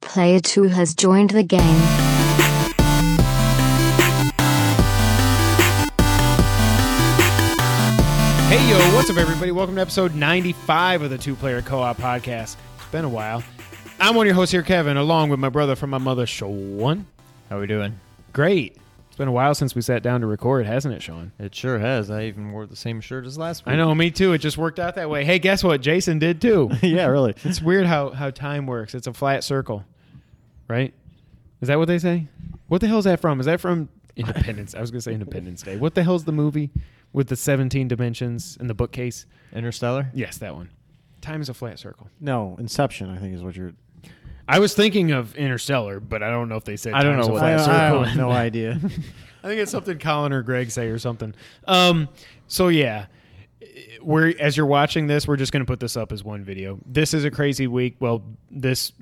player 2 has joined the game. Hey yo, what's up everybody? Welcome to episode 95 of the Two Player Co-op podcast. It's been a while. I'm one of your hosts here, Kevin, along with my brother from my mother, Sean. How we doing? Great. It's been a while since we sat down to record, hasn't it, Sean? It sure has. I even wore the same shirt as last week. I know, me too. It just worked out that way. Hey, guess what? Jason did too. yeah, really. it's weird how, how time works. It's a flat circle. Right? Is that what they say? What the hell is that from? Is that from Independence? I was gonna say Independence Day. What the hell's the movie with the 17 dimensions and the bookcase? Interstellar. Yes, that one. Time is a flat circle. No, Inception. I think is what you're. I was thinking of Interstellar, but I don't know if they said. I don't time's know a what flat that circle. I have no idea. I think it's something Colin or Greg say or something. Um, so yeah, we're as you're watching this, we're just going to put this up as one video. This is a crazy week. Well, this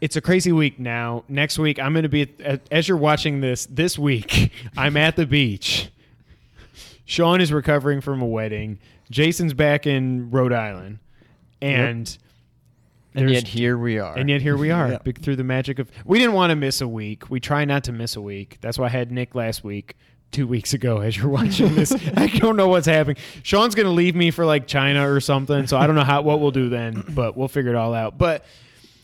it's a crazy week now. Next week, I'm going to be at- at, as you're watching this. This week, I'm at the beach. Sean is recovering from a wedding. Jason's back in Rhode Island, and. And there's- yet here we are. and yet here we are Yeah. be- through the magic of. We didn't want to miss a week. We try not to miss a week. That's why I had Nick last week, two weeks ago. As you're watching this, I don't know what's happening. Sean's gonna leave me for like China or something. So I don't know how what we'll do then, but we'll figure it all out. But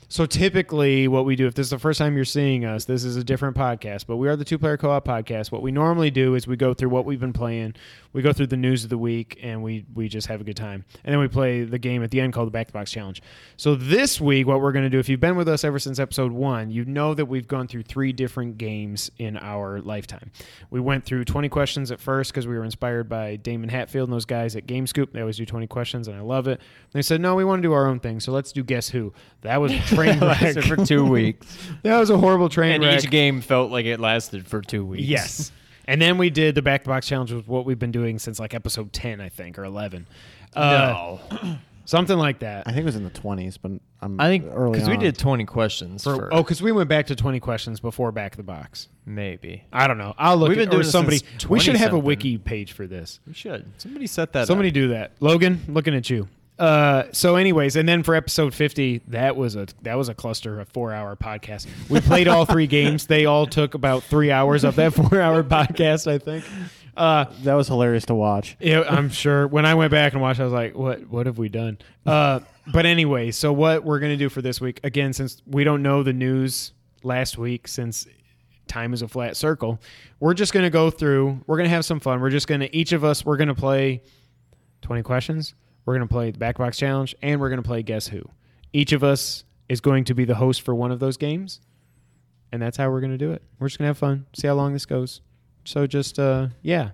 so typically, what we do, if this is the first time you're seeing us, this is a different podcast, but we are the Two Player Co op podcast. What we normally do is we go through what we've been playing, we go through the news of the week, and we, we just have a good time. And then we play the game at the end called the Back to Box Challenge. So this week, what we're going to do, if you've been with us ever since episode one, you know that we've gone through three different games in our lifetime. We went through 20 questions at first because we were inspired by Damon Hatfield and those guys at GameScoop. They always do 20 questions, and I love it. They said, no, we want to do our own thing, so let's do Guess Who. That was a train wreck. lasted for two weeks, That was a horrible train and wreck. each game felt like it lasted for two weeks. Yes. And then we did the back to box challenge was what we've been doing since like episode 10, I think, or 11. Uh, No. Something like that. I think it was in the twenties, but I'm. I think early because we on. did twenty questions For- for oh, because we went back to 20 questions before back to the box. maybe I don't know. I'll look We've at been doing or this somebody. since We should 20 have a something. wiki page for this. we should. Somebody set that. Somebody up. do that. Logan, looking at you. Uh, so anyways, and then for episode 50, that was a, that was a cluster of four hour podcast. We played all three games. They all took about three hours of that four hour podcast, I think. Uh, that was hilarious to watch. Yeah, I'm sure. When I went back and watched, I was like, "What? What have we done?" Uh, but anyway, so what we're gonna do for this week again, since we don't know the news last week, since time is a flat circle, we're just gonna go through. We're gonna have some fun. We're just gonna each of us. We're gonna play twenty questions. We're gonna play the back box challenge, and we're gonna play guess who. Each of us is going to be the host for one of those games, and that's how we're gonna do it. We're just gonna have fun. See how long this goes. So just uh, yeah.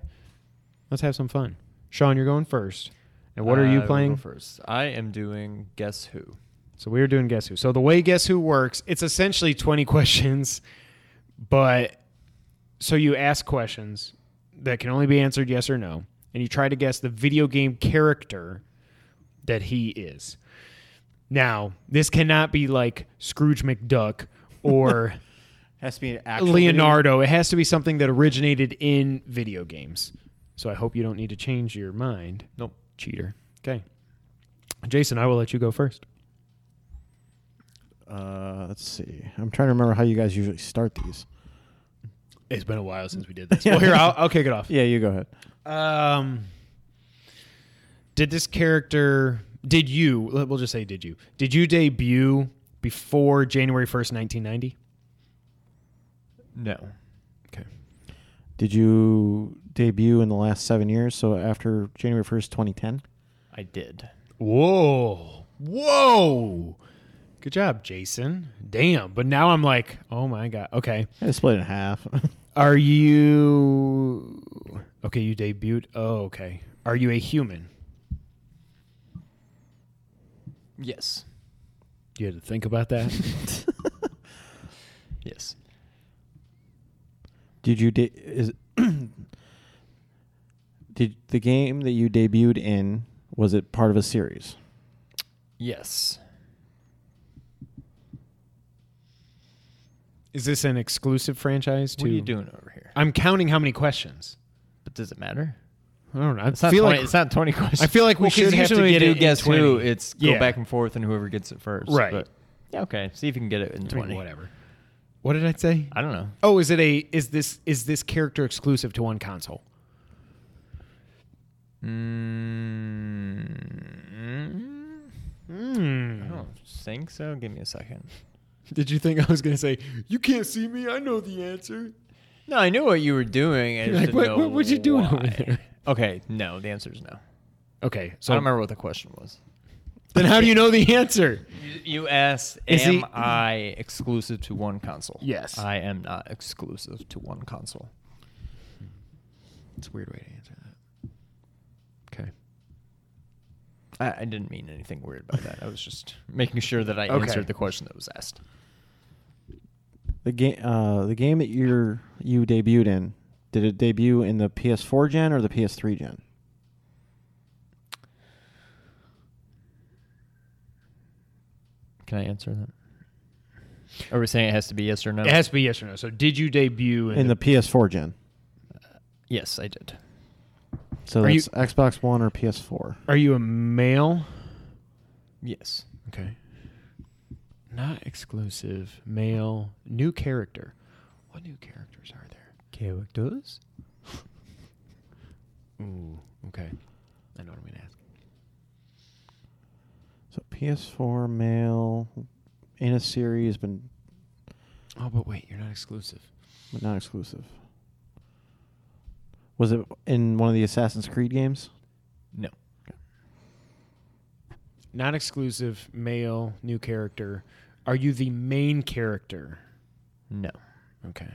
Let's have some fun. Sean, you're going first. And what are I you will Uh, go playing? first? I am doing Guess Who. So we are doing Guess Who. So the way Guess Who works, it's essentially 20 questions, but so you ask questions that can only be answered yes or no, and you try to guess the video game character that he is. Now, this cannot be like Scrooge McDuck or Has to be an actual Leonardo. It has to be something that originated in video games. So I hope you don't need to change your mind. Nope. Cheater. Okay. Jason, I will let you go first. video. Uh, let's see. I'm trying to remember how you guys usually start these. It's been a while since we did this. well, here, I'll, I'll kick it off. Yeah, you go ahead. Um, did this character, did you, let- we'll just say, did you, did you debut before January 1st, 1990? No. Okay. Did you debut in the last seven years? So after January 1st, 2010. I did. Whoa. Whoa. Good job, Jason. Damn. But now I'm like, oh my God. Okay. I split it in half. Are you okay? You debuted. Oh, okay. Are you a human? Yes. You had to think about that. Yes. did you de- is did the game that you debuted in was it part of a series? Yes. Is this an exclusive franchise? To What are you doing over here? I'm counting how many questions. But does it matter? I don't know. I It's not, feel 20, like it's not 20 questions. I feel like we Well, 'cause should have to usually get we do it in guess who. 20. It's Yeah. go back and forth and whoever gets it first. Right. But Yeah, okay. See if you can get it in I mean, 20. whatever. What did I say? I don't know. Oh, is it a is this is this character exclusive to one console? Mm, I Hmm. don't think so. Give me a second. Did you think I was gonna say you can't see me? I know the answer. No, I knew what you were doing. I just Like, didn't what, know what, what you doing why. over there? Okay, no. The answer is no. Okay, So I don't so remember what the question was. then how do you know the answer? You, you asked, Is "Am he- I exclusive to one console?" Yes. I am not exclusive to one console. It's a weird way to answer that. Okay. I, I didn't mean anything weird by that. I was just making sure that I Okay. answered the question that was asked. The game, uh, the game that you you debuted in, did it debut in the PS4 gen or the PS3 gen? Can I answer that? Are we saying it has to be yes or no? It has to be yes or no. So did you debut in, In the PS4 gen. Yes, I did. So Are you- that's Xbox One or PS4. Are you a male? Yes. Okay. Not exclusive male new character. What new characters are there? Characters? Ooh. Okay. I know what I'm gonna ask. So PS4 male in a series, but Oh, but wait, you're not exclusive. but not exclusive. Was it in one of the Assassin's Creed games? No. Not exclusive male new character. Are you the main character? No. Okay.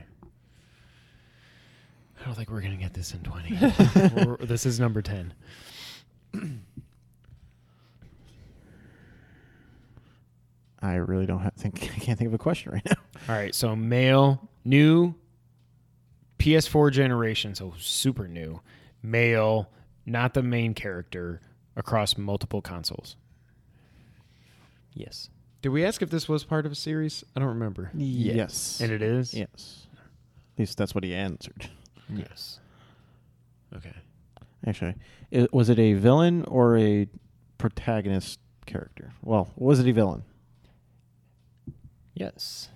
I don't think we're gonna get this in twenty. We're- this is number ten. I really don't have, think I can't think of a question right now. All right, so male, new, PS4 generation, so super new, male, not the main character across multiple consoles. Yes. Did we ask if this was part of a series? I don't remember. Yes. And it is? Yes. At least that's what he answered. Yes. Okay. Actually, it, was it a villain or a protagonist character? Well, was it a villain? Yes.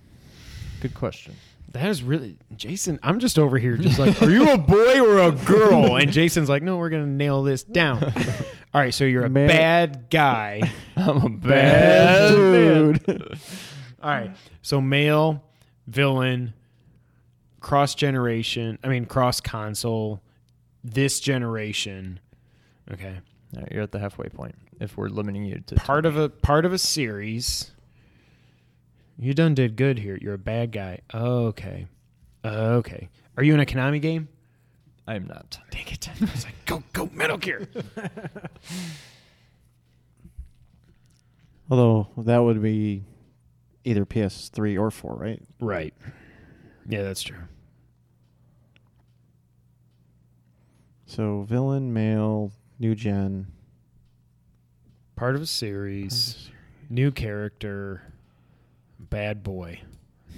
Good question. That is really Jason. I'm just over here, just like, are you a boy or a girl? And Jason's like, no, we're gonna nail this down. All right, so you're a Man. bad guy. I'm a Bad dude. All right, so male, villain, cross generation. I mean, cross console, this generation. Okay, All right, you're at the halfway point. If we're limiting you to part of a part of a series. You done did good here. You're a bad guy. Okay, okay. Are you in a Konami game? I am not. Dang it! I was like, go, go, Metal Gear. Although that would be either PS3 or 4, right? Right. Yeah, that's true. So villain, male, new gen. Part of a series, new character, bad boy.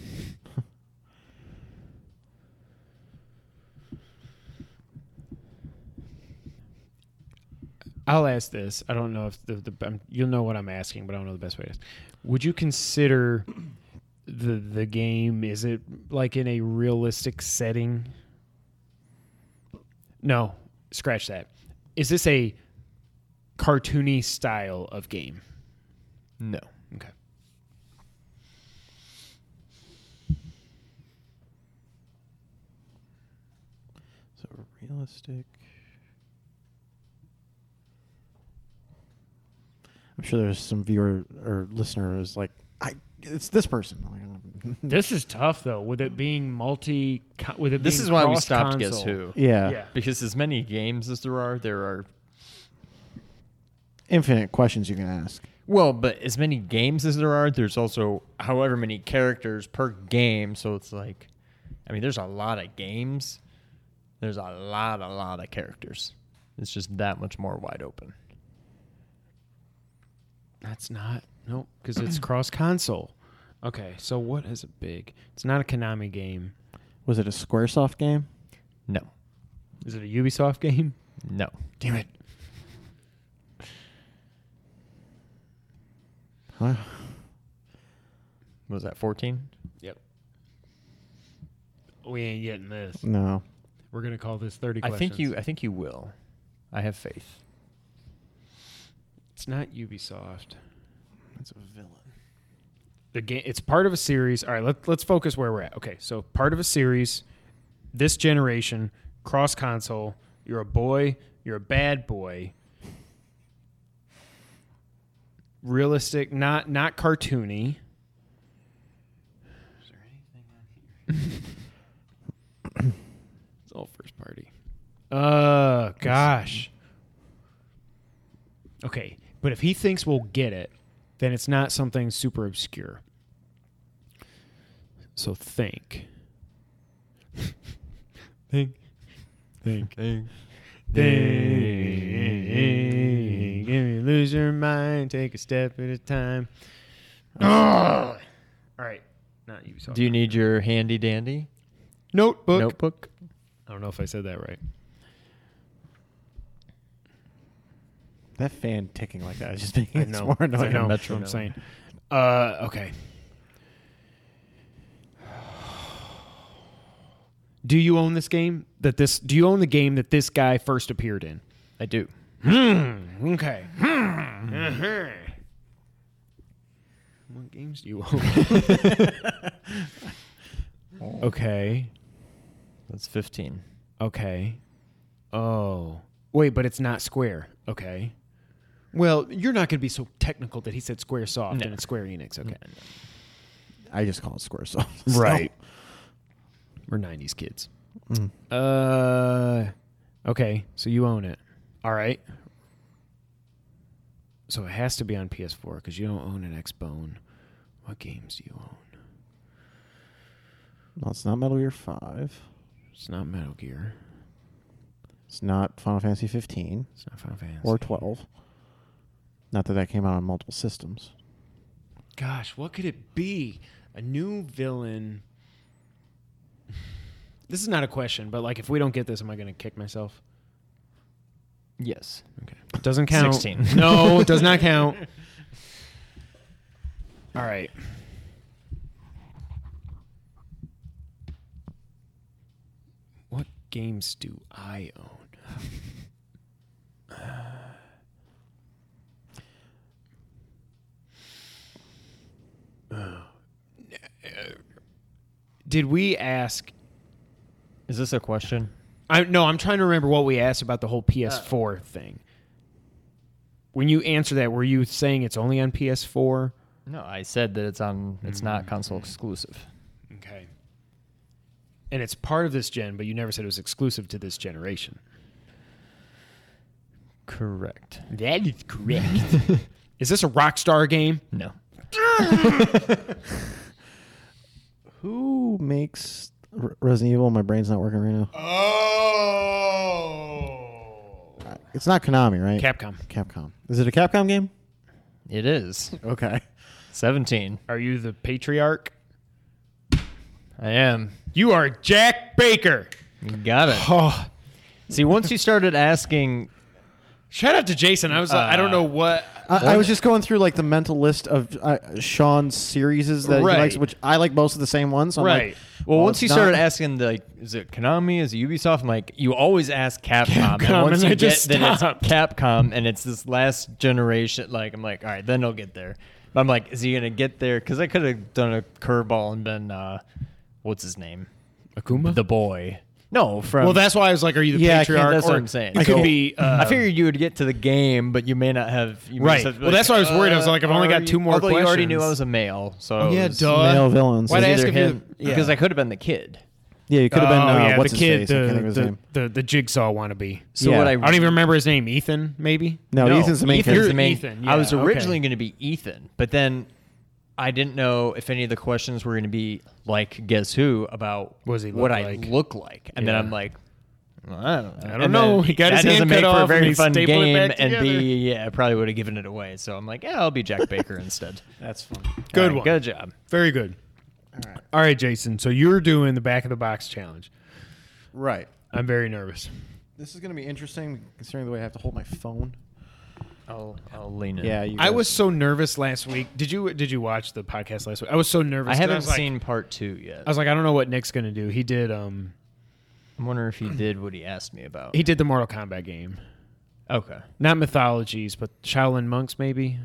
I'll ask this. I don't know if the, the um, you'll know what I'm asking, but I don't know the best way to ask. Would you consider the the game is it like in a realistic setting? No, scratch that. Is this a cartoony style of game. No. Okay. So realistic. I'm sure there's some viewer or listener who's like, I it's this person. I'm like, This is tough though, with it being multi. With it This being is why we cross stopped console. Guess Who. yeah. Yeah. Because as many games as there are, there are. Infinite questions you can ask. Well, but as many games as there are, there's also however many characters per game. So it's like, I mean, there's a lot of games. There's a lot, a lot of characters. It's just that much more wide open. That's not no, because it's cross console. Okay, so what is a big? It's not a Konami game. Was it a SquareSoft game? No. Is it a Ubisoft game? No. Damn it! Huh? What was that 14? Yep. We ain't getting this. No. We're gonna call this thirty. I Questions. think you. I think you will. I have faith. It's not Ubisoft. That's a villain. the game it's part of a series all right let, let's focus where we're at okay so part of a series this generation cross console you're a boy you're a bad boy realistic not not cartoony it's all first party uh gosh okay but if he thinks we'll get it then it's not something super obscure so think think think Dang. Ding. Give me lose your mind. Take a step at a time. All right, not you. Do you need your handy dandy notebook? notebook? I don't know if I said that right. That fan ticking like that is just making I it know. more I annoying. know. That's what metronome. I'm saying. Uh, okay. Do you own this game? That this? Do you own the game that this guy first appeared in? I do. Hmm. Okay. Hmm. Uh-huh. What games do you own? okay. That's 15. Okay. Oh. Wait, but it's not Square. Okay. Well, you're not going to be so technical that he said Square Soft No. and it's Square Enix. Okay. I just call it Squaresoft. Right. We're 90s kids. Uh okay, so you own it. All right. So it has to be on PS4 cuz you don't own an Xbone. What games do you own? Well, it's not Metal Gear Five. It's not Metal Gear. It's not Final Fantasy 15 It's not Final Fantasy. or 12. Not that that came out on multiple systems. Gosh, what could it be? A new villain. This is not a question, but like if we don't get this, am I going to kick myself? Yes. Okay. Doesn't count. 16. No, does not count. All right. What games do I own? Oh, Did we ask? Is this a question? I no, I'm trying to remember what we asked about the whole PS4 thing. When you answer that, were you saying it's only on PS4? No, I said that it's on. It's not console exclusive. Okay. And it's part of this gen, but you never said it was exclusive to this generation. Correct. That is correct. is this a Rockstar game? No. Who makes R- Resident Evil? My brain's not working right now. Oh. Uh, It's not Konami, right? Capcom. Capcom. Is it a Capcom game? It is. Okay. 17. Are you the patriarch? I am. You are Jack Baker. You got it. Oh. See, once you started asking, Shout out to Jason. I was like, I don't Uh. know what I, I was just going through like the mental list of uh, Sean's series that Right. he likes, which I like most of the same ones. So I'm like, Right. well, once it's you not- started asking, like, is it Konami? Is it Ubisoft? I'm like, you always ask Capcom. Capcom, and once and you I get, just then it's stopped. Capcom, and it's this last generation. Like, I'm like, all right, then he'll get there. But I'm like, is he gonna get there? Because I could have done a curveball and been, uh, what's his name? Akuma. The boy. No, from well, that's why I was like, are you the Yeah, I can't- patriarch? that's or what I'm saying. It I could can't- be. Uh, I figured you would get to the game, but you may not have. You may Right. just have to be Well, that's why I was worried. I was like, I've only are got you- two more Although you already knew questions. I was a male, so Oh, yeah, it was- duh. male villains. Why'd It's I either ask if him- you? Yeah. because I could have been the kid. Yeah, you could have been oh, uh, yeah, what's the kid, his face? I can't think of the, his the, name. the the jigsaw wannabe. So Yeah. what I, I I don't even remember his name. Ethan, maybe. No, Ethan's the main Ethan's character. You're the main- Ethan, I was yeah, okay. originally going to be Ethan, but then I didn't know if any of the questions were going to be like, guess who about What does he what look I like? look like, and Yeah. then I'm like. well, I don't know. I don't And know. then He got that his doesn't hand cut make for off a and very he fun stapled it game, back and together. B, yeah, I probably would have given it away. So I'm like, yeah, I'll be Jack Baker instead. That's fun. Good All right, one. Good job. Very good. All right. All right, Jason. So you're doing the back of the box challenge. Right. I'm very nervous. This is going to be interesting considering the way I have to hold my phone. I'll, I'll lean in. Yeah, you I guys- was so nervous last week. Did you did you watch the podcast last week? I was so nervous. I 'cause haven't was like- seen part two yet. I was like, I don't know what Nick's gonna do. He did um I'm wondering if he did what he asked me about. he did the Mortal Kombat game. okay. Not mythologies, but Shaolin monks maybe.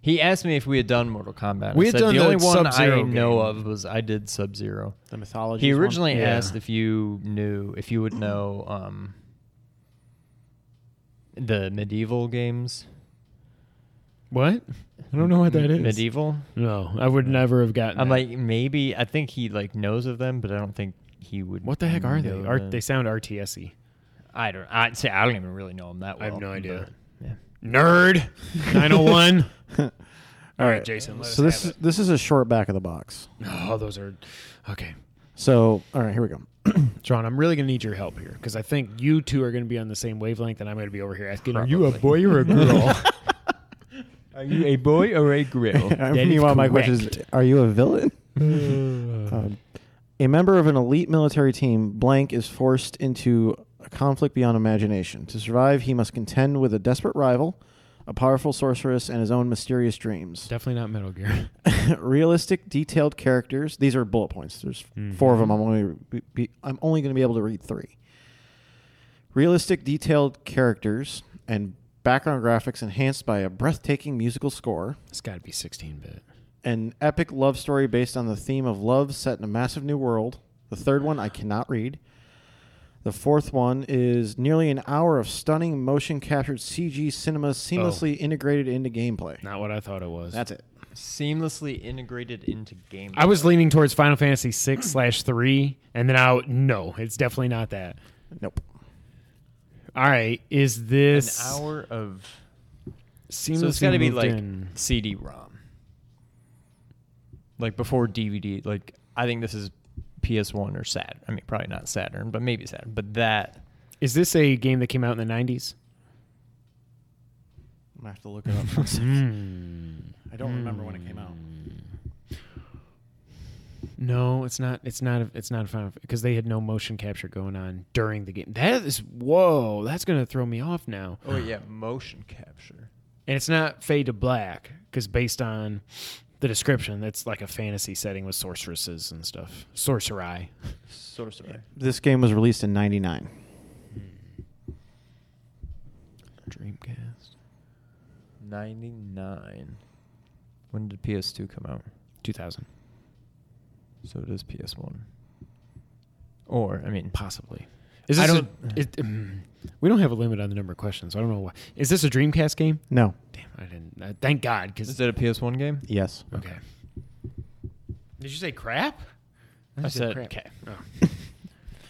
He asked me if we had done Mortal Kombat. We I had said done the the only one I Sub-Zero know game. of was I did Sub Zero. the mythology. He originally Yeah. asked if you knew if you would know um, the medieval games. What? I don't know what that is. Medieval. No, I would never have gotten. I'm that. like maybe I think he like knows of them, but I don't think he would. what the heck are know they? Are them. they sound RTS-y. I don't. I'd say I don't even really know him that well. I have no idea. but- yeah. Nerd. Nine hundred one. All right, right. Jason. Let So us this have is, this is a short back of the box. it. Oh, those are okay. So all right, here we go. John, I'm really gonna need your help here because I think you two are gonna be on the same wavelength, and I'm gonna be over here asking, "Are you a boy or a girl?" Are you a boy or a girl? Meanwhile, my question is: Are you a villain? Um, a member of an elite military team, blank, is forced into a conflict beyond imagination. To survive, he must contend with a desperate rival, a powerful sorceress, and his own mysterious dreams. Definitely not Metal Gear. Realistic, detailed characters. These are bullet points. There's four of them. I'm only be- be, I'm only going to be able to read three. Realistic, detailed characters and background graphics enhanced by a breathtaking musical score It's got to be 16-bit. an epic love story based on the theme of love set in a massive new world. The third one I cannot read. The fourth one is nearly an hour of stunning motion captured CG cinema seamlessly integrated into gameplay. Not what I thought it was. That's it. Seamlessly integrated into game. I was leaning towards Final Fantasy six slash three, and then I no, it's definitely not that. Nope. All right, is an this hour of. seamlessly so it's got to be moved like in. CD-ROM, like before DVD. Like I think this is PS1 or Saturn. I mean, probably not Saturn, but maybe Saturn. But that Is this a game that came out in the nineties? I'm gonna have to look it up. I don't remember when it came out. No, it's not. It's not. A, it's not a Final because they had no motion capture going on during the game. That is whoa. That's gonna throw me off now. Oh yeah, motion capture. And it's not fade to black because based on the description, that's like a fantasy setting with sorceresses and stuff. Sorcery. Sorcerer. This game was released in '99. Dreamcast. 99. When did PS2 come out? Two thousand So it is PS1. Or, I mean, possibly. Is I this a- don't- it- mm, we don't have a limit on the number of questions. So I don't know why. Is this a Dreamcast game? No. Damn, I didn't. Uh, thank God is because that a PS1 game? Yes. okay. Did you say crap? said I oh. said, crap. okay.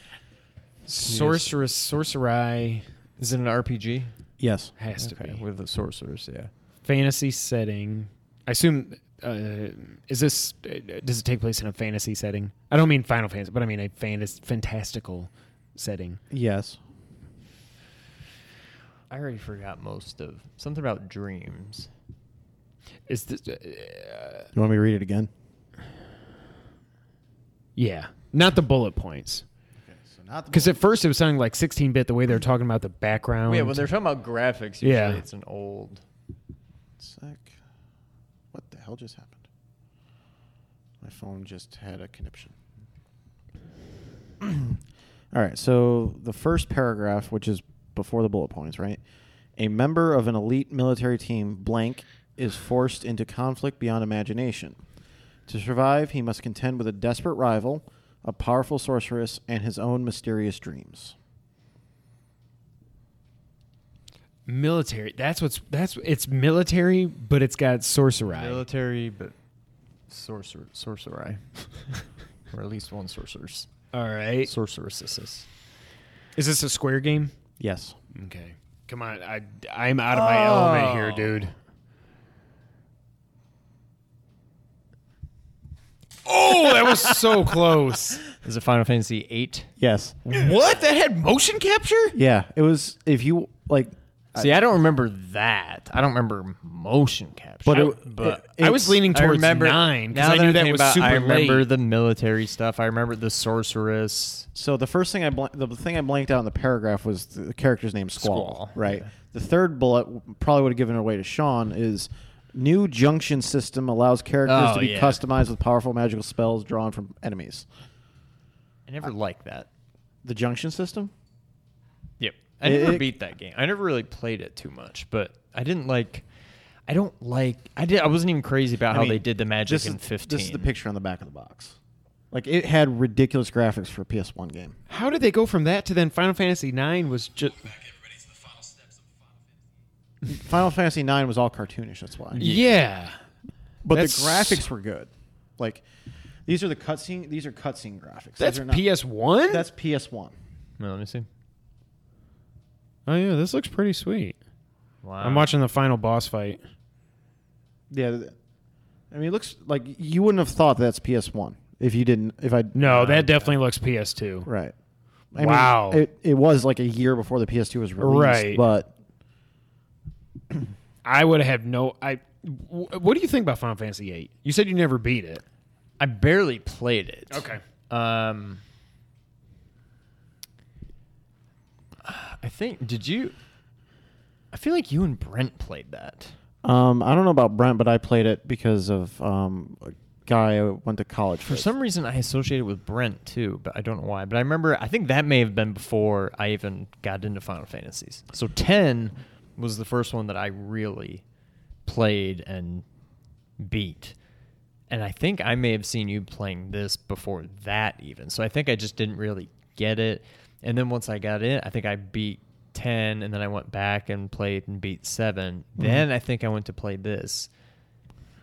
Sorceress, sorcery, Is it an RPG? Yes. has to be With the sorcerers, yeah. fantasy setting. I assume uh, is this uh, does it take place in a fantasy setting? I don't mean Final Fantasy, but I mean a fantas- fantastical setting. Yes. I already forgot most of something about dreams. Is this? Uh, You want me to read it again? yeah, not the bullet points. Okay. So not Because at first it was sounding like 16-bit the way they were talking about the background. yeah, when they're talking about graphics, usually Yeah. it's an old. Sec. What the hell just happened? My phone just had a conniption. All right, so the first paragraph, which is before the bullet points, right? A member of an elite military team, blank, is forced into conflict beyond imagination. To survive, he must contend with a desperate rival, a powerful sorceress, and his own mysterious dreams. military. That's what's that's it's military, but it's got sorcery. Military, but sorcerer, sorcerer. or at least one sorceress. All right. Sorceresses. Is this a square game? Yes. Okay. Come on. I, I'm out of my element here, Oh. dude. Oh, that was so close. Is it Final Fantasy 8? Yes. What? That had motion capture? Yeah, it was. If you like, See, I don't remember that. I don't remember motion capture. But I- it- it- I was leaning towards nine, 'cause now I knew I'm that thinking was about- I super remember late. the military stuff. I remember the sorceress. So the first thing I blank, the thing I blanked out in the paragraph was the character's name Squall, Squall, right? yeah. The third bullet w- probably would have given it away to Sean is new junction system allows characters Oh, to be yeah. customized with powerful magical spells drawn from enemies. I never liked that. The junction system? Yep. I It- never it- beat that game. I never really played it too much, but I didn't like. I don't like. I did. I wasn't even crazy about I how mean, they did the magic this in is, fifteen. This is the picture on the back of the box. Like it had ridiculous graphics for a PS1 game. How did they go from that to then Final Fantasy Nine was just Final Fantasy IX was all cartoonish. That's why. yeah. But That's- the graphics were good. Like these are the cutscene. These are cutscene graphics. These That's are not- PS One. That's PS1. No, let me see. oh yeah, this looks pretty sweet. Wow. I'm watching the final boss fight. Yeah, th- I mean, it looks like you wouldn't have thought that's PS1 if you didn't. If I No, that definitely looks PS2. right. Wow. Mean, it it was like a year before the PS2 was released. Right. But I would have no. I. wh- What do you think about Final Fantasy Eight? You said you never beat it. I barely played it. Okay. Um, I think. Did you? I feel like you and Brent played that. um, I don't know about Brent, but I played it because of um, a guy I went to college For some reason, I associate it with Brent too, but I don't know why. But I remember. I think that may have been before I even got into Final Fantasies. So ten was the first one that I really played and beat. And I think I may have seen you playing this before that even. So I think I just didn't really get it. And then once I got in, I think I beat 10 and then I went back and played and beat 7. Then I think I went to play this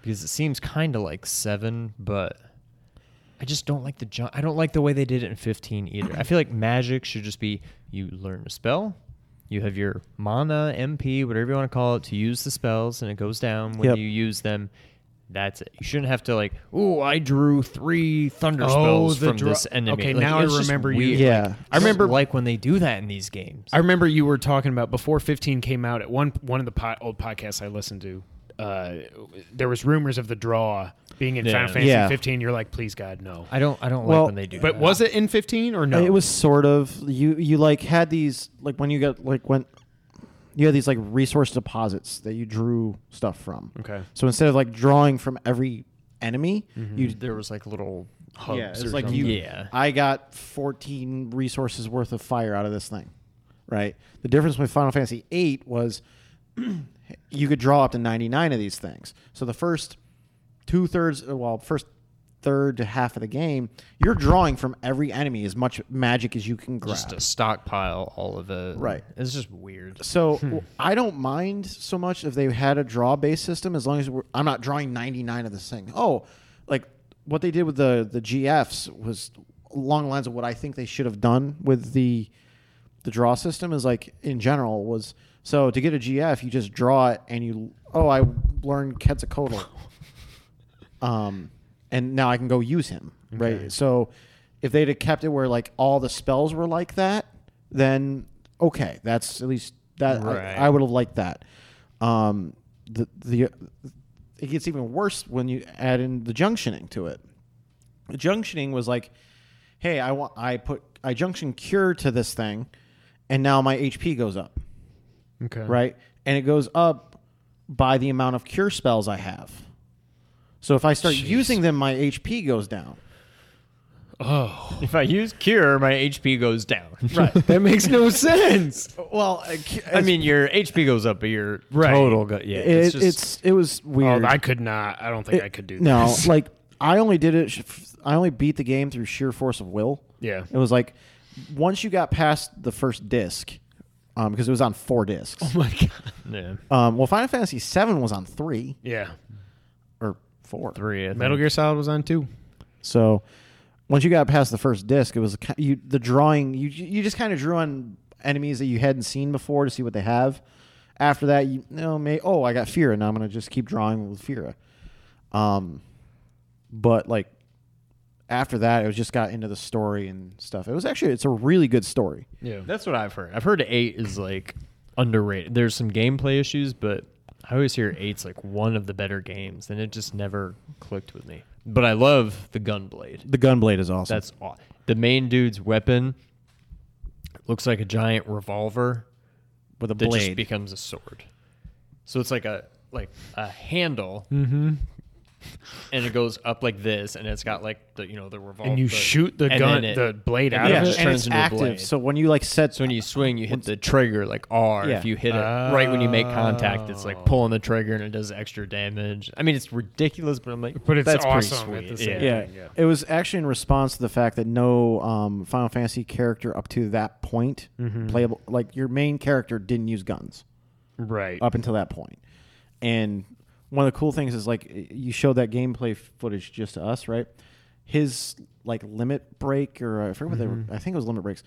because it seems kind of like 7, but I just don't like the jump. I don't like the way they did it in 15 either. I feel like magic should just be you learn a spell, you have your mana, MP, whatever you want to call it, to use the spells, and it goes down when Yep. you use them. That's it. You shouldn't have to like, oh, I drew three thunder Oh, spells the from draw- this enemy. okay, Like, now it I was just remember you- weird. Yeah. Like, I remember- don't like when they do that in these games. I remember you were talking about before 15 came out at one one of the po- old podcasts I listened to. Uh, there was rumors of the draw being in Yeah. Final Fantasy Yeah. 15. You're like, please God, no. I don't. I don't Well, like when they do. But that. was it in 15 or no? It was sort of you. You like had these like when you got like when you had these like resource deposits that you drew stuff from. Okay. So instead of like drawing from every enemy, you There was like little hubs. yeah, or it's like something. you. Yeah. I got 14 resources worth of fire out of this thing, right? The difference with Final Fantasy VIII was you could draw up to 99 of these things. So the first two thirds, well, first third to half of the game, you're drawing from every enemy as much magic as you can grab. Just to stockpile all of it. Right. It's just weird. So w- I don't mind so much if they had a draw based system as long as we're, I'm not drawing 99 of this thing. Oh, like what they did with the the GFs was along the lines of what I think they should have done with the the draw system is like in general was so to get a GF you just draw it and you oh I learned Quetzalcoatl. um and now I can go use him, right? So if they'd have kept it where like all the spells were like that, then okay, that's at least that Right. I, I would have liked that. Um, the the it gets even worse when you add in the junctioning to it. The junctioning was like, hey, I want I put I junction cure to this thing, and now my HP goes up, okay. right? And it goes up by the amount of cure spells I have. So if I start using them, my HP goes down. Oh, If I use cure, my HP goes down. Right. that makes no sense. well, I mean, your HP goes up, but your uh, Right. total go- yeah. it, it's just it's it was weird. Oh, I could not. I don't think It- I could do no, this. like I only did it. sh- f- I only beat the game through sheer force of will. Yeah. It was like once you got past the first disc, um, because it was on four discs. Oh my God. yeah, Um, well, Final Fantasy VII was on three Yeah. or four. three. I think. Metal Gear Solid was on too. So once you got past the first disc, it was ki- you the drawing. You you just kind of drew on enemies that you hadn't seen before to see what they have. After that, you, you know, may oh I got Fira, now I'm gonna just keep drawing with Fira. Um, but like after that, it was just got into the story and stuff. It was actually it's a really good story. Yeah. That's what I've heard. I've heard eight is like underrated. There's some gameplay issues, but I always hear eight's like one of the better games, and it just never clicked with me. But I love the gunblade. The gunblade is awesome. That's aw- the main dude's weapon. Looks like a giant revolver with a that just blade. becomes a sword. So it's like a like a handle, and it goes up like this, and it's got like the you know the revolver. And you shoot the and gun, then it- the blade and out of then it it. just and turns it's into a active. blade. So when you like set, So when you swing, you hit the trigger like R. Yeah. If you hit it right when you make contact, it's like pulling the trigger and it does extra damage. I mean, it's ridiculous, but I'm like, But it's that's awesome at pretty sweet. the same yeah. yeah, it was actually in response to the fact that no um, Final Fantasy character up to that point playable, like your main character didn't use guns. Right. up until that point. And one of the cool things is like you showed that gameplay footage just to us, right? His like limit break or I forget what they were. I think it was limit breaks.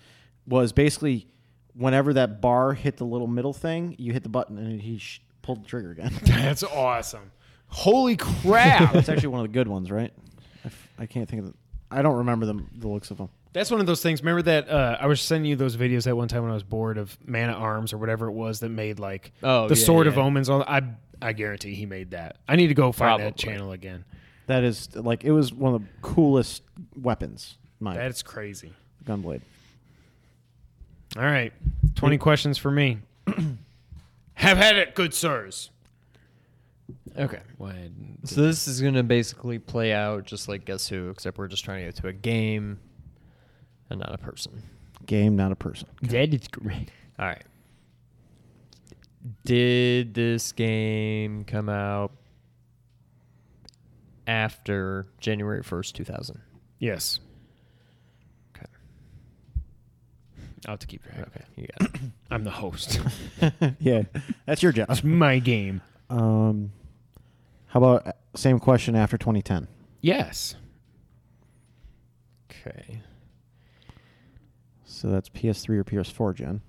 Was basically whenever that bar hit the little middle thing, you hit the button and he sh- pulled the trigger again. That's awesome. Holy crap. That's actually one of the good ones, right? I, f- I can't think of. The, I don't remember the the looks of them. That's one of those things. Remember that uh, I was sending you those videos that one time when I was bored of Man at Arms or whatever it was that made like Oh, the yeah, Sword of yeah. Omens. All I I guarantee he made that. I need to go find that Probably. channel again. That is like it was one of the coolest weapons. My That's crazy. gunblade. All right, twenty questions for me. Have had it, good sirs. Okay. Why- So this is gonna basically play out just like Guess Who, except we're just trying to get to a game and not a person. Game, not a person. That is great. All right. Did this game come out after January first, two thousand? Yes, Okay. I'll have to keep track. Okay. You got it. I'm the host. yeah, that's your job. That's my game. Um, how about uh, same question after 2010? Yes. okay. So that's PS3 or PS4, Jen.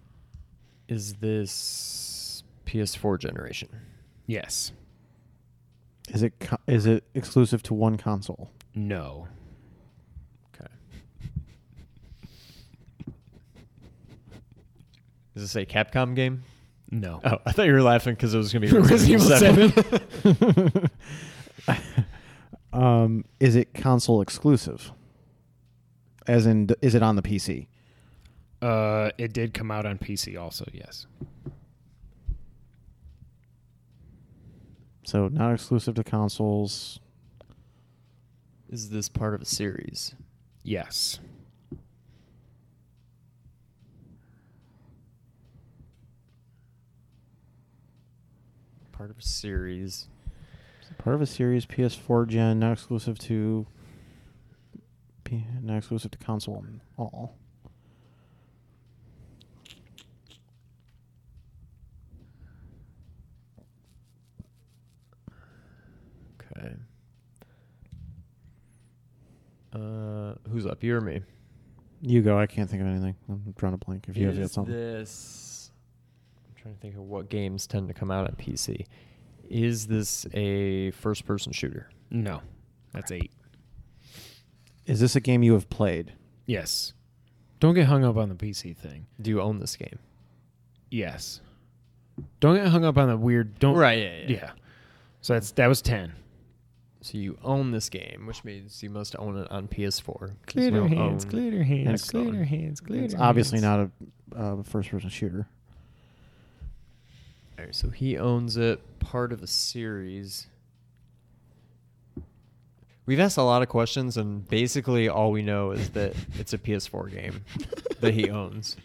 Is this PS4 generation? Yes. Is it co- is it exclusive to one console? No. Okay. Is this a Capcom game? No. Oh, I thought you were laughing because it was going to be Uh, Resident Evil Seven. Um, is it console exclusive? As in, d- is it on the PC? Uh, it did come out on PC also. Yes. So not exclusive to consoles. Is this part of a series? Yes. Part of a series. Part of a series, PS4 gen, not exclusive to. P- not exclusive to console at all. Okay. Uh, who's up? You or me? You go. I can't think of anything. I'm drawing a blank. If you have Is something. this? I'm trying to think of what games tend to come out on PC. Is this a first-person shooter? No. That's eight. Is this a game you have played? Yes. Don't get hung up on the PC thing. Do you own this game? Yes. Don't get hung up on the weird. Don't. Yeah. Oh, Yeah. So that's that was ten. So you own this game, which means you must own it on PS4. 'cause we Glitter don't hands, own- glitter hands, Excellent. glitter hands, glitter. It's obviously hands. not a uh, first-person shooter. All right, so he owns it, part of a series. We've asked a lot of questions, and basically all we know is that it's a PS4 game that he owns.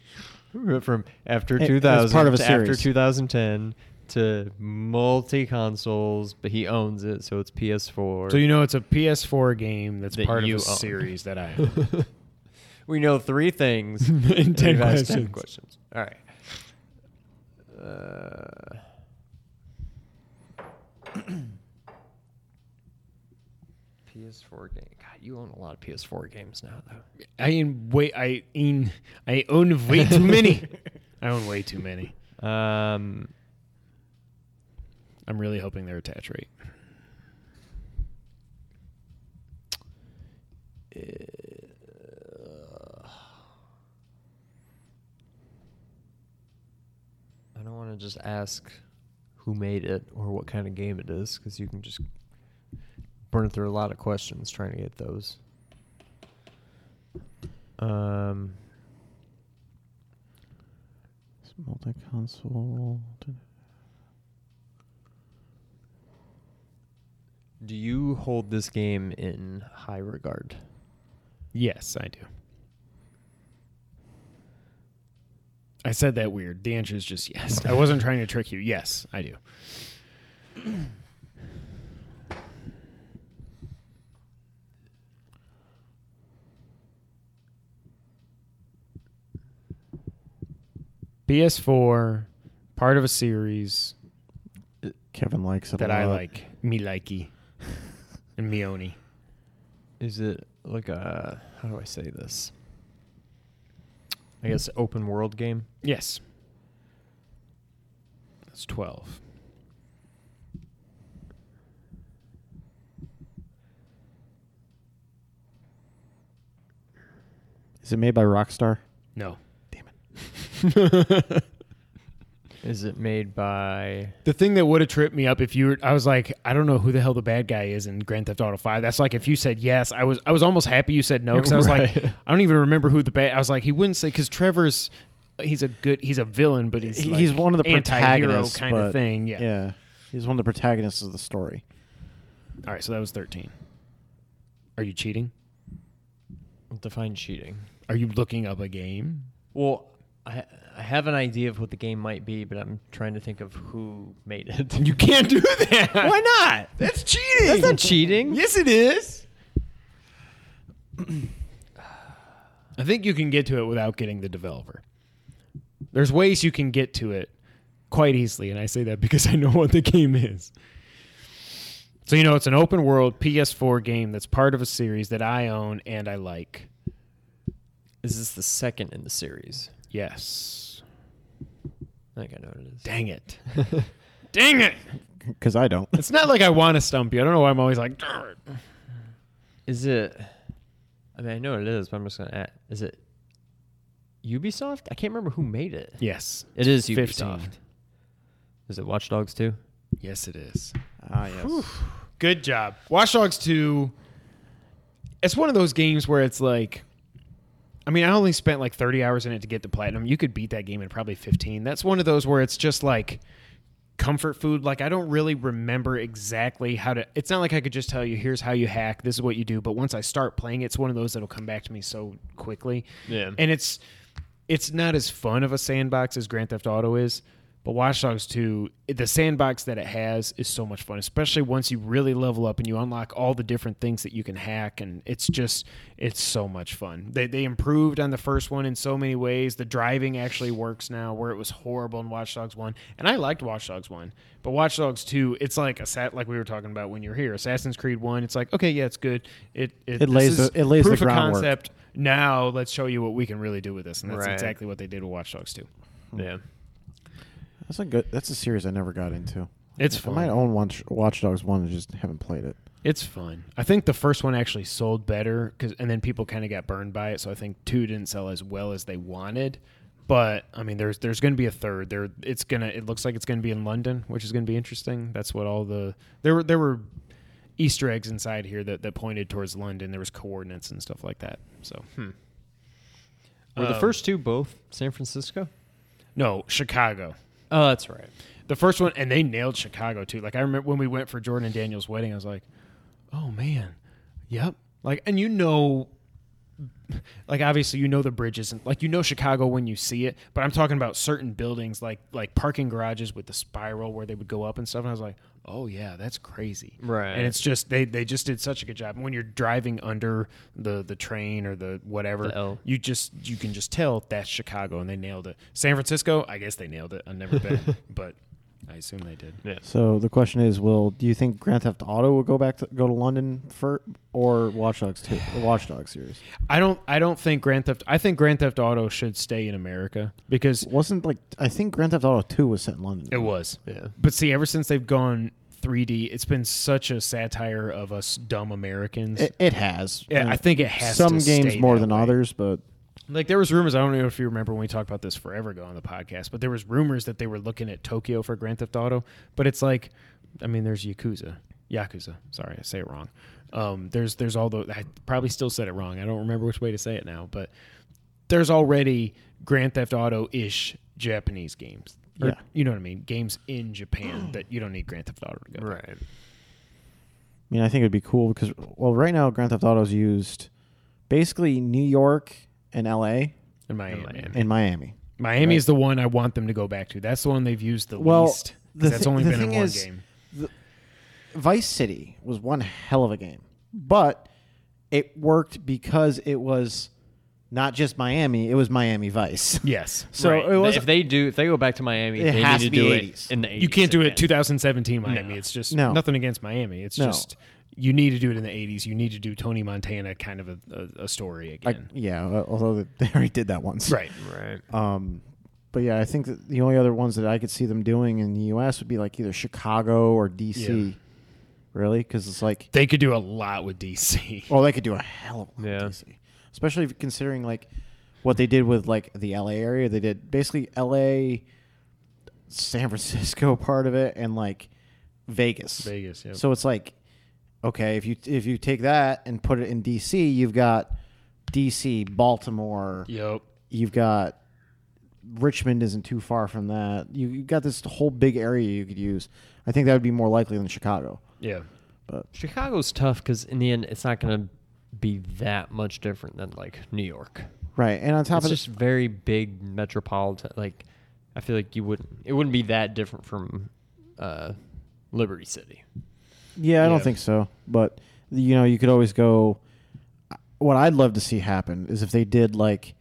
We went From after It- as 2000 part of a to after series. 2010 to multi consoles, but he owns it, so it's PS4. So you know it's a PS4 game that's That part of a you own. series that I. own. we know three things In and 10 we've asked questions. questions. All right. Uh, PS4 game. God, you own a lot of PS4 games now, though. I own way I own I own way too many. I own way too many. Um, I'm really hoping their attach rate. I don't want just ask who made it or what kind of game it is because you can just burn through a lot of questions trying to get those. Um, Multi console. do you hold this game in high regard? Yes, I do. I said that weird. The answer is just yes. I wasn't trying to trick you. Yes, I do. PS4, part of a series Kevin likes it that a I lot. like, me likey, and Mioni. Is it like a how do I say this? I guess open world game. Yes. That's 12. Is it made by Rockstar? No. Is it made by The thing that would have tripped me up if you were, I was like, I don't know who the hell the bad guy is in Grand Theft Auto Five. That's like if you said yes, I was, I was almost happy you said no because I was like, Right. I don't even remember who the bad. I was like, he wouldn't say because Trevor's, he's a good, he's a villain, but he's He- he's like one of the anti-hero protagonists, kind but- of thing. Yeah. yeah. He's one of the protagonists of the story. All right, so that was thirteen. Are you cheating? define cheating? Are you looking up a game? Well, I I have an idea of what the game might be, but I'm trying to think of who made it. You can't do that. Why not? That's cheating. That's not cheating. Yes, it is. I think you can get to it without getting the developer. There's ways you can get to it quite easily, and I say that because I know what the game is. So you know, it's an open world PS4 game that's part of a series that I own and I like. Is this the second in the series? Yes. I think I know what it is. Dang it. Dang it. Because I don't. It's not like I want to stump you. I don't know why I'm always like, "Darn it." Is it? I mean, I know what it is, but I'm just gonna. Add, is it Ubisoft? I can't remember who made it. yes. It is 15. Ubisoft. Is it Watch Dogs too? Yes, it is. Ah, yes. Good job. Watch Dogs 2. It's one of those games where it's like I mean, I only spent like 30 hours in it to get the platinum. You could beat that game in probably 15. That's one of those where it's just like comfort food. Like I don't really remember exactly how to It's not like I could just tell you here's how you hack, this is what you do, but once I start playing it's one of those that'll come back to me so quickly. Yeah. And it's it's not as fun of a sandbox as Grand Theft Auto is, but Watch Dogs 2, the sandbox that it has is so much fun, especially once you really level up and you unlock all the different things that you can hack. And it's just, it's so much fun. They, they improved on the first one in so many ways. The driving actually works now, where it was horrible in Watch Dogs 1. And I liked Watch Dogs 1, but Watch Dogs 2, it's like, a sat, like we were talking about when you were here, Assassin's Creed 1, it's like, okay, yeah, it's good. It, it, It lays this is the- it lays the proof of groundwork. concept. Now let's show you what we can really do with this, and that's Right. exactly what they did with Watch Dogs 2. Yeah. That's a good. That's a series I never got into. It's I fun. might own Watch, Watch Dogs one and just haven't played it. It's fun. I think the first one actually sold better, 'cause- and then people kind of got burned by it. So I think two didn't sell as well as they wanted. But I mean, there's there's going to be a third. There, it's gonna. It looks like it's going to be in London, which is going to be interesting. That's what all the there were there were Easter eggs inside here that that pointed towards London. There was coordinates and stuff like that. So hmm. Were the first two both San Francisco? no, Chicago. Oh, that's right. The first one, and they nailed Chicago too. Like I remember when we went for Jordan and Daniel's wedding, I was like, "Oh man, yep." Like, and you know, like obviously you know the bridge isn't like you know Chicago when you see it, but I'm talking about certain buildings like like parking garages with the spiral where they would go up and stuff. And I was like, "Oh yeah, that's crazy." Right. And it's just they they just did such a good job. And when you're driving under the the train or the whatever, The L. you just you can just tell that's Chicago, and they nailed it. San Francisco, I guess they nailed it. I've never been, but I assume they did. So the question is, will do you think Grand Theft Auto will go back to go to London for or Watch Dogs two, the Watch Dogs series? I don't I don't think Grand Theft I think Grand Theft Auto should stay in America because Wasn't like I think Grand Theft Auto two was set in London. it was. Yeah. But see, ever since they've gone 3D, it's been such a satire of us dumb Americans. It, it has. yeah, And I think it has some to games stay more that than way. others, but Like there was rumors. I don't know if you remember when we talked about this forever ago on the podcast, but there was rumors that they were looking at Tokyo for Grand Theft Auto. But it's like, I mean, there's Yakuza, Yakuza. Sorry, I say it wrong. Um, there's there's all the. I probably still said it wrong. I don't remember which way to say it now, but there's already Grand Theft Auto ish Japanese games. Or, Yeah. you know what I mean. Games in Japan that you don't need Grand Theft Auto to go. Right. I mean, I think it'd be cool because, well, right now Grand Theft Auto's used basically New York and L.A. In Miami. Miami. and Miami. Miami is the one I want them to go back to. That's the one they've used the Well, least. 'cause the that's thi- only the been in thing one is- game. Vice City was one hell of a game, but it worked because it was not just Miami; it was Miami Vice. Yes. So Right. it was if they do, if they go back to Miami, It they has need to to be do 80s. it in the 80s. You can't do it again. 2017 Miami. No. It's just No. nothing against Miami. It's No. just you need to do it in the 80s. You need to do Tony Montana kind of a, a, a story I- again. yeah. al- Although they already did that once, right. Right. Um, but yeah, I think that the only other ones that I could see them doing in the U.S. would be like either Chicago or D.C. Yeah. Really, because it's like They could do a lot with DC. Well, they could do a hell of a lot Yeah. yeah. DC. Especially if- considering like what they did with like the LA area. They did basically LA, San Francisco part of it, and like Vegas. Vegas, yeah. So it's like, okay, if you if you take that and put it in DC, you've got DC, Baltimore. Yep. You've got Richmond isn't too far from that. You you got this whole big area you could use. I think that would be more likely than Chicago. Yeah. But Chicago's tough because in the end, it's not going to be that much different than like New York. right, and on top It's of just very big metropolitan. Like, I feel like you wouldn't. It wouldn't be that different from uh, Liberty City. Yeah, I don't Yeah. think so. But you know, you could always go. What I'd love to see happen is if they did like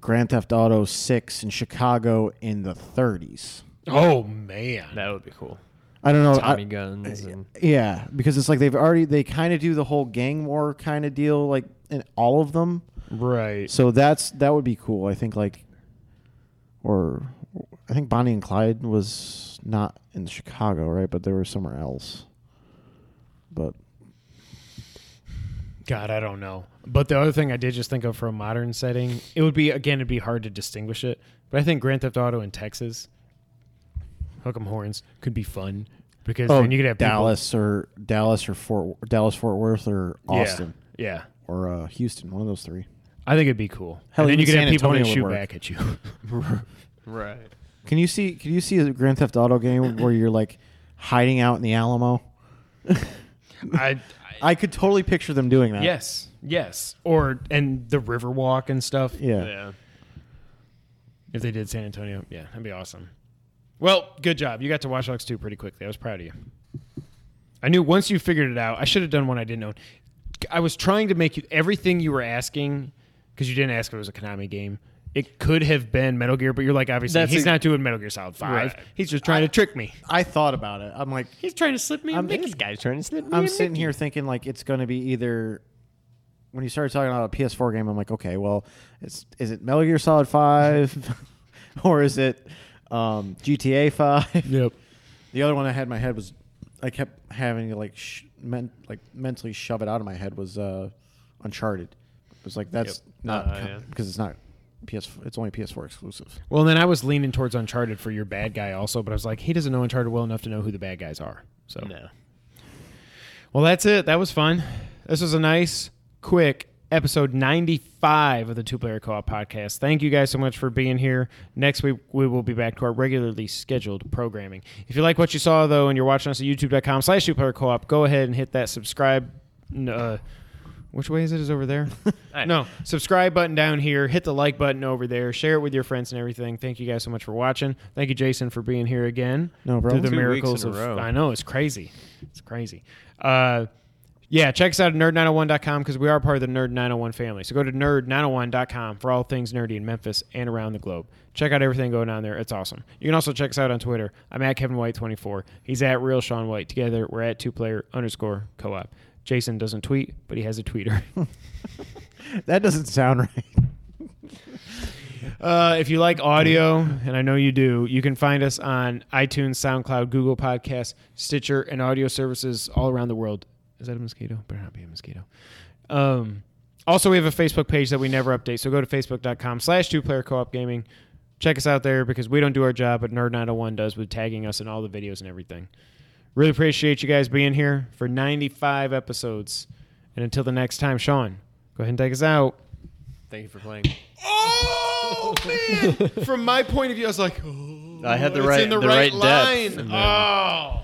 Grand Theft Auto Six in Chicago in the 30s. Oh, man. That would be cool. I don't know. Tommy I, guns and yeah, because it's like they've already they kind of do the whole gang war kind of deal, like in all of them. right. So that's that would be cool. I think like, or I think Bonnie and Clyde was not in Chicago, right? But they were somewhere else. But God, I don't know. But the other thing I did just think of for a modern setting, it would be again, it'd be hard to distinguish it. But I think Grand Theft Auto in Texas, hook 'em horns, could be fun because then Oh, you could have people- Oh, Dallas or Dallas or Fort Dallas Fort Worth or Yeah. Austin yeah. or uh, Houston, one of those three. I think it'd be cool. Hell, and then even you could have San people that Antonio would shoot work. back at you. right. Can you see? Can you see a Grand Theft Auto game where you're like hiding out in the Alamo? I, I could totally picture them doing that. yes, yes, or and the Riverwalk and stuff. Yeah. yeah. If they did San Antonio, yeah, that'd be awesome. Well, good job. You got to Watch Dogs 2 pretty quickly. I was proud of you. I knew once you figured it out, I should have done one I didn't own. I was trying to make you everything you were asking because you didn't ask if it was a Konami game. It could have been Metal Gear, but you're like, obviously, That's he's a- not doing Metal Gear Solid 5. Right. He's just trying to trick me. I thought about it. I'm like, He's trying to slip me a I'm- Mickey. This guy's trying to slip me. I'm a sitting Mickey. here thinking like it's going to be either. When you started talking about a PS4 game, I'm like, okay, well, it's is it Metal Gear Solid Five, or is it um, GTA Five? Yep. The other one I had in my head was, I kept having to like sh- men- like mentally shove it out of my head was uh, Uncharted. It was like that's Yep. not Uh, co- yeah. because it's not PS. It's only PS4 exclusive. Well, then I was leaning towards Uncharted for your bad guy also, but I was like, he doesn't know Uncharted well enough to know who the bad guys are. So, No. well, that's it. That was fun. This was a nice, quick episode 95 of the Two Player Co op podcast. Thank you guys so much for being here. Next week, we will be back to our regularly scheduled programming. If you like what you saw, though, and you're watching us at youtube.com slash two player co op, go ahead and hit that subscribe. n- Uh, which way is it? Is it over there? I- no, subscribe button down here. Hit the like button over there. Share it with your friends and everything. Thank you guys so much for watching. Thank you, Jason, for being here again. No Through problem. the Two weeks miracles in a of row. I know it's crazy. It's crazy. Uh, yeah, check us out at nerd901.com because we are part of the Nerd 901 family. So go to nerd901.com for all things nerdy in Memphis and around the globe. Check out everything going on there. It's awesome. You can also check us out on Twitter. I'm at Kevin White24. He's at Real Sean White. Together, we're at two player underscore co op. Jason doesn't tweet, but he has a tweeter. That doesn't sound right. Uh, if you like audio, and I know you do, you can find us on iTunes, SoundCloud, Google Podcasts, Stitcher, and audio services all around the world. Is that a mosquito? Better not be a mosquito. Um, Also, we have a Facebook page that we never update. So go to facebook.com slash two player co op gaming. Check us out there because we don't do our job, but Nerd901 does with tagging us in all the videos and everything. Really appreciate you guys being here for 95 episodes. And until the next time, Sean, go ahead and take us out. Thank you for playing. Oh, man. From my point of view, I was like, I had the right, the, right, depth. and then- Oh.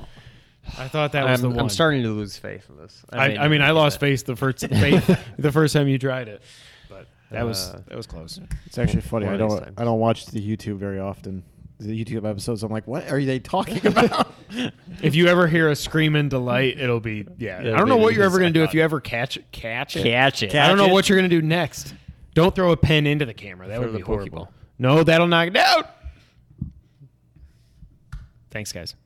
I thought that was I'm, the I'm one. starting to lose faith in this. I, may I mean, not I do lost that. face the first faith the first time you tried it, but that was Uh, that was close. It's actually funny. One I of these don't. times. I don't watch the YouTube very often. The YouTube episodes. I'm like, what are they talking about? If you ever hear a scream in delight, it'll be yeah. It'll I don't know be what you're because ever gonna I do if thought- you ever catch catch it. Catch it. I don't know Catch it. what you're gonna do next. Don't throw a pen into the camera. That Throw would be the horrible. Pokeball. No, that'll knock it out. Thanks, guys.